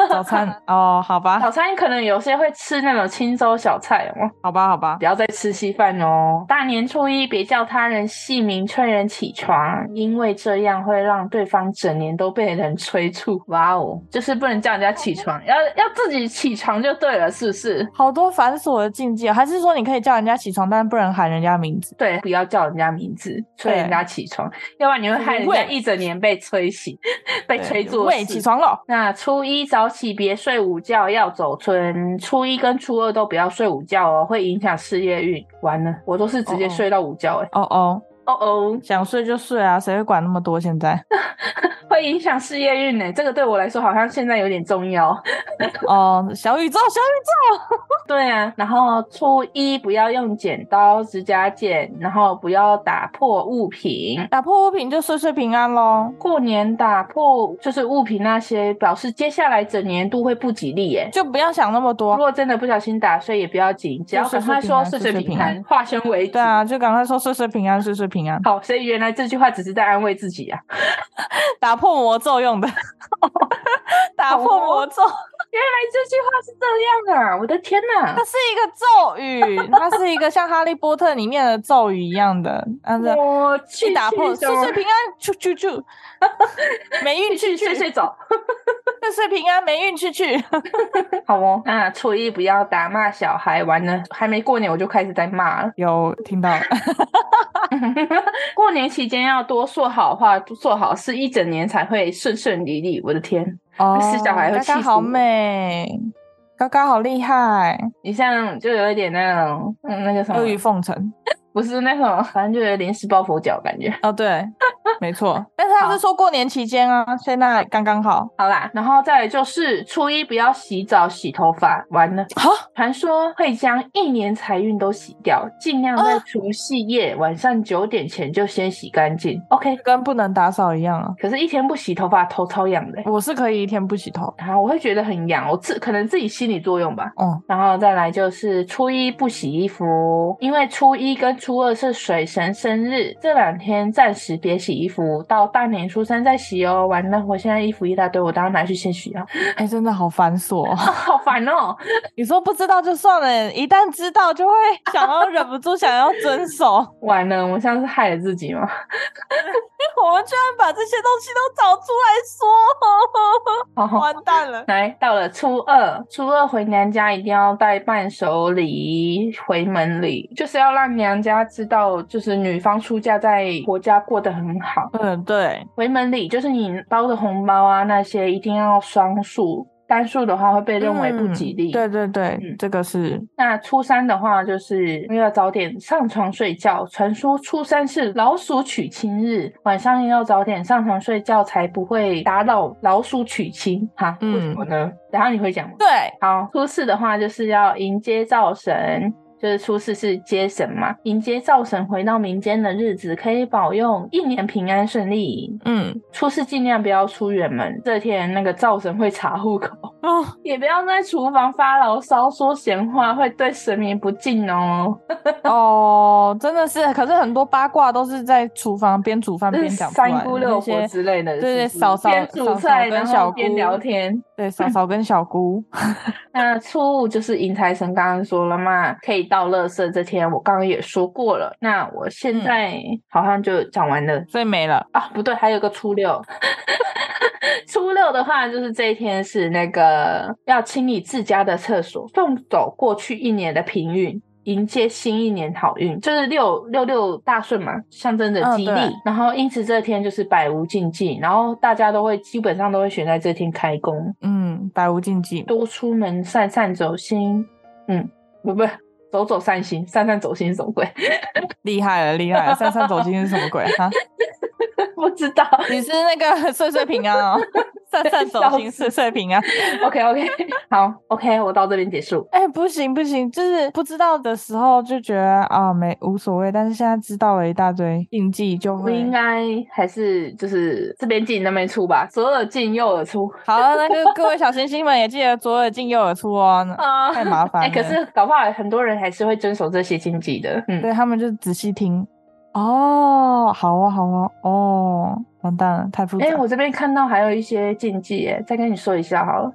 <laughs> 早 <laughs> 餐哦，好吧早，餐可能有些会吃那种清粥小菜哦。好吧，好吧不，要再吃稀饭哦。大年初一别叫他人姓名催人起床，因为这样会让对方整年都被人催促。哇哦，就是不能叫人家起 <laughs> 床，要要自己起床就对了，是不是？好多繁琐的禁忌哦，还是说你可以叫人家起床，但不能喊人家名字？对，不要叫人家名字，催人家起床，要不然你会害人家喂一整年被催醒， <laughs> <laughs> 被对催作喂，事起床了，那初一早起别睡午觉，要走春。初一跟初二都不要睡午觉哦，会影响事业运。完了，我都是直接哦哦睡到午觉哎、哦哦，哦哦，想睡就睡啊，谁会管那么多？现 <laughs> 在会影响事业运呢、欸这个对我来说好像现在有点重要。 <laughs> 哦，小宇宙，小宇宙，对啊，然后初一不要用剪刀、指甲剪，然后不要打破物品。打破物品就岁岁平安喽，过年打破就是物品那些，表示接下来整年度会不吉利耶、就不要想那么如多。果真的不小心打碎，也不要紧，只要赶快说岁岁平安，化凶为吉对。啊，就赶快说岁岁平安，岁岁平安，好，所以原来这句话只是在安慰自己啊，打破魔咒 <laughs> 用的，打破魔咒。原来这句话是这样啊！我的天 <laughs> 哪它，是一个咒语，它是一个像《哈利波特》里面的咒语一样的，但是我去一打破，去岁岁平安，去去去， <laughs> 霉运去去，去去岁睡走。岁平安，霉运去去。好哦，那初一不要打骂小孩，完了还没过年我就开始在骂了。 <laughs> 有听到了，过年期间要多说好话，多做好事，一整年才会顺顺利利。我的天，哦死小孩会嘎气嘎死好我美，嘎嘎好厉害，你像就有一点那种，嗯，那个什阿谀么，奉承。不是那种，反正就有点临时抱佛脚感觉。哦， <laughs> 对，没错，但是他好是说过年期间啊，现在刚刚好。好啦，然后再来就是初一不要洗澡、洗头发，完了。好，传说会将一年财运都洗掉，尽量在除夕夜、晚上九点前就先洗干净。OK，跟不能打扫一样啊。可是，一天不洗头发头超痒的、欸。我是可以一天不洗头，然后我会觉得很痒，我自可能自己心理作用吧。哦，然后再来就是初一不洗衣服，因为初一跟初二是水神生日，这两天暂时别洗衣服到大年初三再洗哦。完了，我现在衣服一大堆，我当然拿去先洗啊， <laughs> 哎、真的好繁琐哦。 <laughs> 好烦哦。你说不知道就算了，一旦知道 <laughs> 就会想要忍不住想要遵守。完了，我像是害了自己嘛。 <laughs> 我们居然把这些东西都找出来好说，完蛋了。来到了初二，初二回娘家一定要带伴手礼回门礼，就是要让娘家知道，就是女方出嫁在国家过得很好。嗯，对，回门礼就是你包的红包啊那些一定要双数，单数的话会被认为不吉利。嗯对对对，嗯这个是那初三的话，就是要早点上床睡觉。传说初三是老鼠娶亲日，晚上要早点上床睡觉，才不会打扰老鼠娶亲。哈，嗯为什么呢？然后你会讲吗？对，好，初四的话就是要迎接灶神。就是初四是接神嘛，迎接灶神回到民间的日子，可以保佑一年平安顺利。嗯，初四尽量不要出远门，这天那个灶神会查户口，哦，也不要在厨房发牢骚说闲话，会对神明不敬哦。哦，真的是，可是很多八卦都是在厨房边煮饭就边是讲出来的，三姑六那些婆之类的，对对是不是嫂嫂边煮嫂菜嫂跟然小后姑边聊天。 <laughs> 对嫂嫂跟小姑，那初五就是迎财神，刚刚说了嘛，可以倒垃圾。这天我刚刚也说过了，那我现嗯在好像就讲完了、所以没了。啊，不对，还有一个初六。初六的话，就是这一天是那个要清理自家的厕所，送走过去一年的平运，迎接新一年好运，就是六六六大顺嘛，象征着嗯吉利。对然后因此这天就是百无禁忌，然后大家都会基本上都会选在这天开工。嗯，百无禁忌。多出门散散走心，嗯，不不，走走散心，散散走心是什么鬼？厉害了，厉害了！三三走金是什么鬼啊哈？ <laughs> 不知道。你是那个 <laughs> 岁岁平安哦，三三走金岁岁平安。 OK OK，好 OK，我到这边结束。哎、不行不行，就是不知道的时候就觉得啊没无所谓，但是现在知道了一大堆禁忌，就我会应该还是就是这边进那边出吧，左耳进右耳出好了。那个各位小星星们也记得左耳进右耳出哦。 <laughs> 啊，太麻烦哎、可了是搞不好很多人还是会遵守这些禁忌的。嗯，对他们就仔细听。哦，好啊好啊，哦，完蛋了，太复杂。哎、我这边看到还有一些禁忌耶，再跟你说一下好了。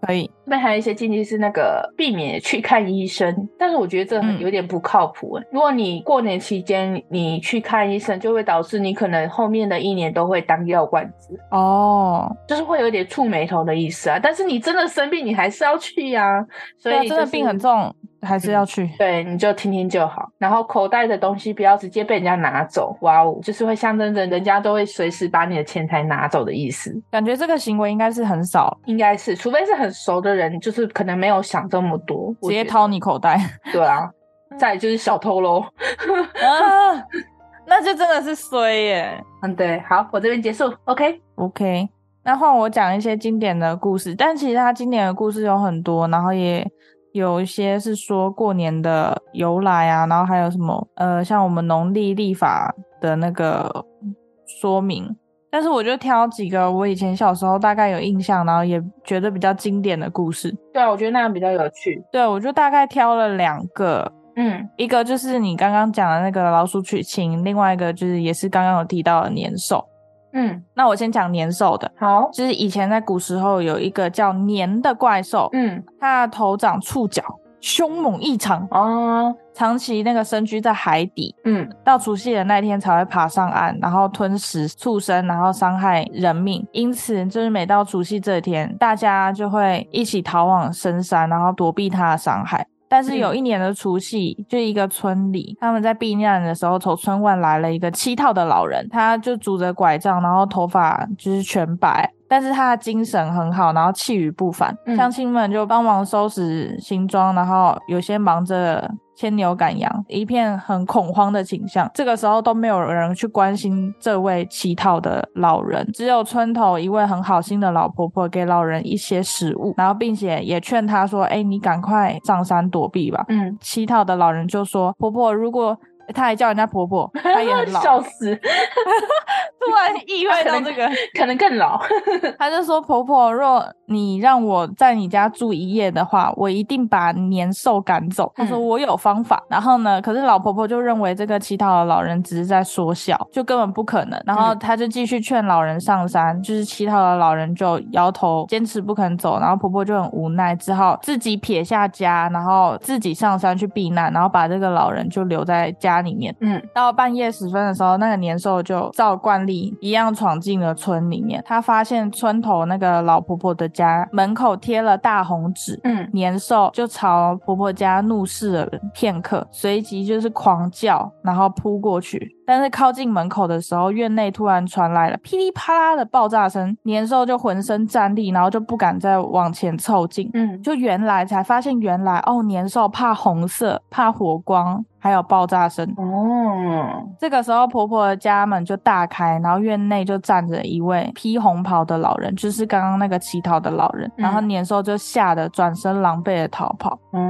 可以，这边还有一些禁忌是那个避免去看医生，但是我觉得这很嗯有点不靠谱欸、如果你过年期间你去看医生，就会导致你可能后面的一年都会当药罐子，哦，就是会有点触眉头的意思啊。但是你真的生病，你还是要去呀、所对啊以、真的病很。重，还是要去。对，你就听听就好。然后口袋的东西不要直接被人家拿走，哇哦，就是会象征着人家都会随时把你的钱财拿走的意思。感觉这个行为应该是很少，应该是，除非是很熟的人，就是可能没有想这么多，直我接嗯觉得掏你口袋 <laughs> 对啊，再来就是小偷喽。啊，那就真的是衰耶。嗯，对，好，我这边结束，OK。 OK，那换我讲一些经典的故事，但其实它经典的故事有很多，然后也有一些是说过年的由来啊，然后还有什么呃，像我们农历历法的那个说明。但是我就挑几个我以前小时候大概有印象，然后也觉得比较经典的故事。对啊，我觉得那样比较有趣。对，我就大概挑了两个，嗯，一个就是你刚刚讲的那个老鼠娶亲，另外一个就是也是刚刚有提到的年兽。嗯，那我先讲年兽的，好，就是以前在古时候有一个叫年的怪兽，嗯，它的头长触角，凶猛异常，哦，长期那个深居在海底，嗯，到除夕的那一天才会爬上岸，然后吞食畜生，然后伤害人命。因此，就是每到除夕这一天，大家就会一起逃往深山，然后躲避它的伤害。但是有一年的除夕，就一个村里，他们在避难的时候，从村外来了一个乞讨的老人，他就拄着拐杖，然后头发就是全白，但是他的精神很好，然后气宇不凡。嗯乡亲们就帮忙收拾行装，然后有些忙着牵牛赶羊，一片很恐慌的景象。这个时候都没有人去关心这位乞讨的老人，只有村头一位很好心的老婆婆给老人一些食物，然后并且也劝他说：“哎，你赶快上山躲避吧。”嗯，乞讨的老人就说：“ <laughs> 婆婆，如果……”他还叫人家婆婆，她也很老，笑死，突然意意外到这个，可能更老。他就说：“婆婆，若你让我在你家住一夜的话，我一定把年兽赶走。”他说：“嗯我有方法。然后呢，可是老婆婆就认为这个乞讨的老人只是在说笑，就根本不可能。然后嗯他就继续劝老人上山，就是乞讨的老人就摇头，坚持不肯走。然后婆婆就很无奈，只好自己撇下家，然后自己上山去避难，然后把这个老人就留在家里面。嗯到半夜时分的时候，那个年兽就照惯例一样闯进了村里面。他发现村头那个老婆婆的家门口贴了大红纸，嗯，年兽就朝婆婆家怒视了片刻，随即就是狂叫，然后扑过去。但是靠近门口的时候，院内突然传来了噼里啪啦的爆炸声，年兽就浑身站立，然后就不敢再往前凑近。嗯，就原来才发现，原来哦，年兽怕红色，怕火光，还有爆炸声。哦，这个时候，婆婆的家门就大开，然后院内就站着一位披红袍的老人，就是刚刚那个乞讨的老人。嗯然后年兽就吓得转身狼狈的逃跑。哦，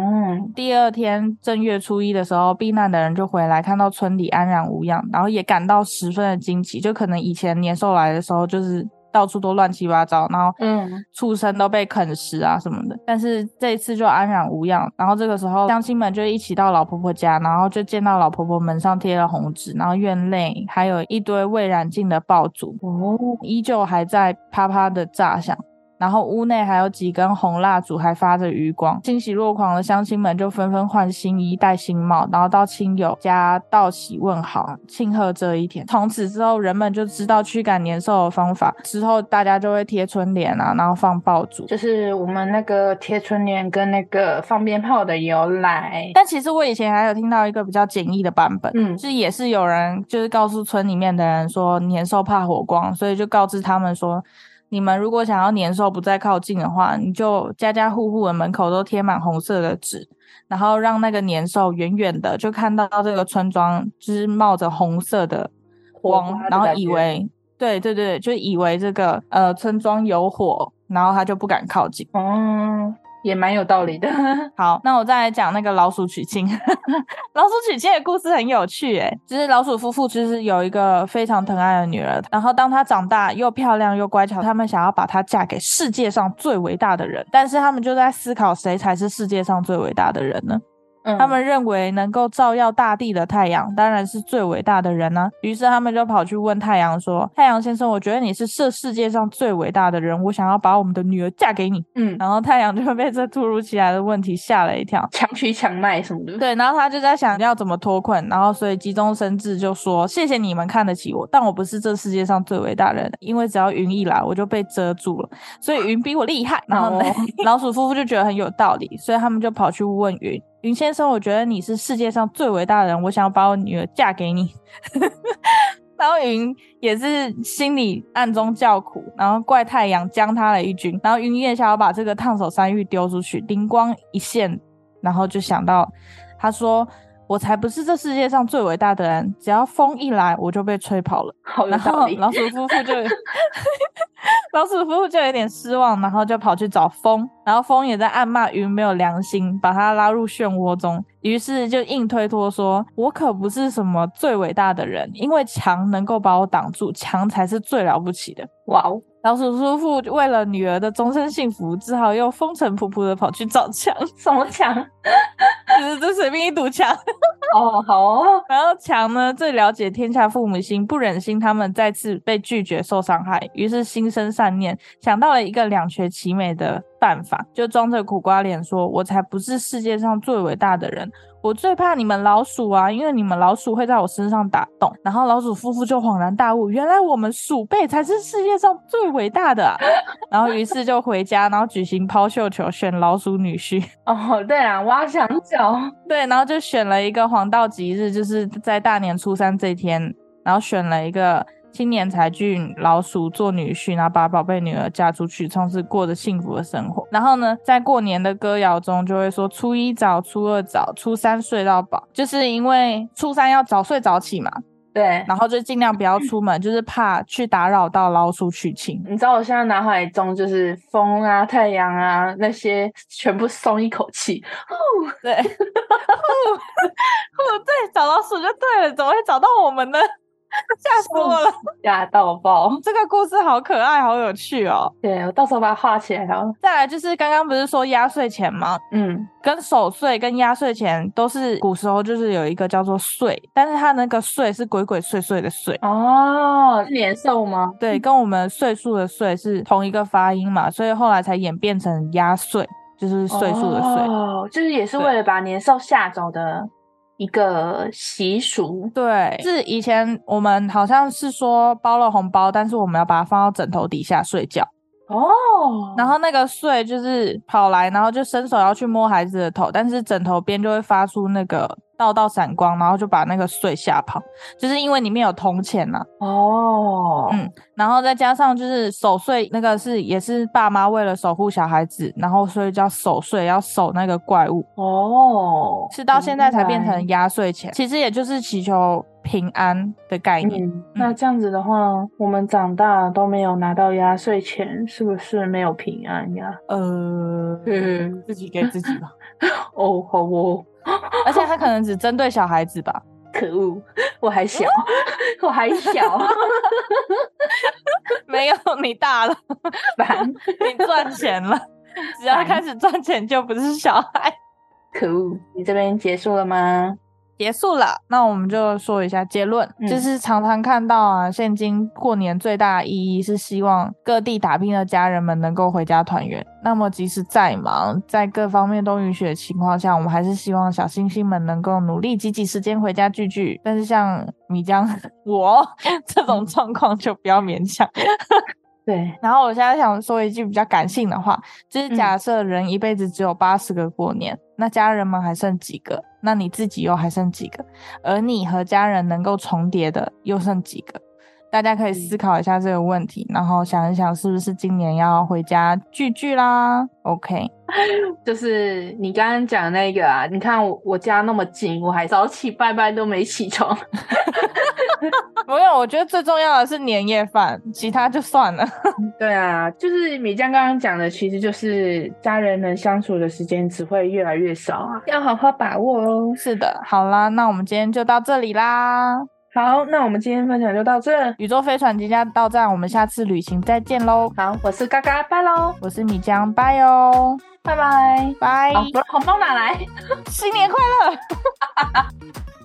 第二天正月初一的时候，避难的人就回来，看到村里安然无恙，然后也感到十分的惊奇。就可能以前年兽来的时候，就是到处都乱七八糟，然后嗯畜生都被啃食啊什么的。但是这一次就安然无恙。然后这个时候，乡亲们就一起到老婆婆家，然后就见到老婆婆门上贴了红纸，然后院内还有一堆未燃尽的爆竹，哦，依旧还在啪啪的炸响。然后屋内还有几根红蜡烛，还发着余光。欣喜若狂的乡亲们就纷纷换新衣、戴新帽，然后到亲友家道喜问好，庆贺这一天。从此之后，人们就知道驱赶年兽的方法。之后，大家就会贴春联啊，然后放爆竹。就是我们那个贴春联跟那个放鞭炮的由来。但其实我以前还有听到一个比较简易的版本，嗯就是也是有人就是告诉村里面的人说年兽怕火光，所以就告知他们说，你们如果想要年兽不再靠近的话，你就家家户户的门口都贴满红色的纸，然后让那个年兽远远的就看到这个村庄就是冒着红色的火光花，的然后感以觉为对对对，就以为这个呃村庄有火，然后他就不敢靠近。哦，也蛮有道理的。好，那我再来讲那个老鼠娶亲。 <laughs> 老鼠娶亲的故事很有趣、诶，就是老鼠夫妇其实有一个非常疼爱的女儿，然后当她长大又漂亮又乖巧，他们想要把她嫁给世界上最伟大的人，但是他们就在思考谁才是世界上最伟大的人呢？嗯他们认为能够照耀大地的太阳当然是最伟大的人呢、于是他们就跑去问太阳说：“太阳先生，我觉得你是这世界上最伟大的人，我想要把我们的女儿嫁给你。”嗯，然后太阳就被这突如其来的问题吓了一跳。强取强卖什么的。对，然后他就在想要怎么脱困，然后所以急中生智就说：“谢谢你们看得起我，但我不是这世界上最伟大的人，因为只要云一来，我就被遮住了，所以云比我厉害。”然后呢， <laughs> 老鼠夫妇就觉得很有道理，所以他们就跑去问云：“云先生，我觉得你是世界上最伟大的人，我想要把我女儿嫁给你。” <laughs> 然后云也是心里暗中叫苦，然后怪太阳将他了一军。然后云也想要把这个烫手山芋丢出去，灵光一现，然后就想到，他说：“我才不是这世界上最伟大的人，只要风一来，我就被吹跑了。”好有然道后理。老鼠夫妇就 <laughs> 老鼠夫妇就有点失望，然后就跑去找风，然后风也在暗骂云没有良心，把他拉入漩涡中。于是就硬推脱说：“我可不是什么最伟大的人，因为墙能够把我挡住，墙才是最了不起的。”哇哦，老鼠夫妇为了女儿的终身幸福，只好又风尘仆仆的跑去找墙，什么强？ <laughs> <laughs> 就是就随便一堵墙。哦，好哦，然后强呢最了解天下父母心，不忍心他们再次被拒绝受伤害，于是心生善念，想到了一个两全其美的办法，就装着苦瓜脸说：“我才不是世界上最伟大的人，我最怕你们老鼠啊，因为你们老鼠会在我身上打洞。”然后老鼠夫妇就恍然大悟，原来我们鼠辈才是世界上最伟大的、啊。 <laughs> 然后于是就回家，然后举行抛绣球选老鼠女婿。哦，对啦，挖墙角，对，然后就选了一个黄道吉日，就是在大年初三这一天，然后选了一个青年才俊老鼠做女婿，然后把宝贝女儿嫁出去，从此过着幸福的生活。然后呢，在过年的歌谣中就会说初一早，初二早，初三睡到饱，就是因为初三要早睡早起嘛，对。然后就尽量不要出门，就是怕去打扰到老鼠娶亲。你知道我现在脑海中就是风啊、太阳啊那些，全部松一口气。 <laughs> 对， <laughs> 哦，对，找老鼠就对了，怎么会找到我们呢？ <laughs> 吓死我了！吓到爆。这个故事好可爱，好有趣哦。对我到时候把它画起来哦。再来就是刚刚不是说压岁钱吗？嗯，跟守岁跟压岁钱都是古时候就是有一个叫做岁，但是它那个岁是鬼鬼祟祟的祟。哦，是年兽吗？对，跟我们岁数的岁是同一个发音嘛，所以后来才演变成压岁，就是岁数的岁。哦，就是也是对为了把年兽吓走的一个习俗。对，是以前我们好像是说包了红包，但是我们要把它放到枕头底下睡觉，哦，然后那个睡就是跑来，然后就伸手要去摸孩子的头，但是枕头边就会发出那个道道闪光，然后就把那个睡吓跑，就是因为里面有铜钱呐、哦，嗯然后再加上就是守岁那个是也是爸妈为了守护小孩子，然后所以叫守岁，要守那个怪物，哦，是到现在才变明成压岁钱，其实也就是祈求平安的概白。念。嗯，那这样子的话，我们长大都没有拿到压岁钱，是不是没有平安呀？ <laughs> 呃，嗯，自己给自己 <laughs> 吧。哦，好哦，而且他可能只针对小孩子吧。可恶，我还小，哦我还小，没有， <laughs> 你大了， <laughs> 烦，你赚钱了，只要烦开始赚钱就不是小孩。可恶！你这边结束了吗？结束了，那我们就说一下结论，嗯就是常常看到啊，现今过年最大的意义是希望各地打拼的家人们能够回家团圆。那么即使再忙，在各方面都允许的情况下，我们还是希望小星星们能够努力挤挤时间回家聚聚。但是像米江 <laughs> 我这种状况就不要勉强。对，然后我现在想说一句比较感性的话，就是假设人一辈子只有八十个过年，那家人们还剩几个？那你自己又还剩几个？而你和家人能够重叠的又剩几个？大家可以思考一下这个问题，然后想一想是不是今年要回家聚聚啦？OK，就是你刚刚讲的那个啊，你看我我家那么近，我还早起拜拜都没起床，没有，我觉得最重要的是年夜饭，其他就算了。 <laughs> 对啊，就是米江刚刚讲的，其实就是家人能相处的时间只会越来越少啊，要好好把握哦。是的，好啦，那我们今天就到这里啦。好，那我们今天分享就到这。宇宙飞船即将到站，我们下次旅行再见喽。好，我是嘎嘎，拜喽，我是米江，拜哦，拜拜。拜，好，不然红包哪来？新年快乐！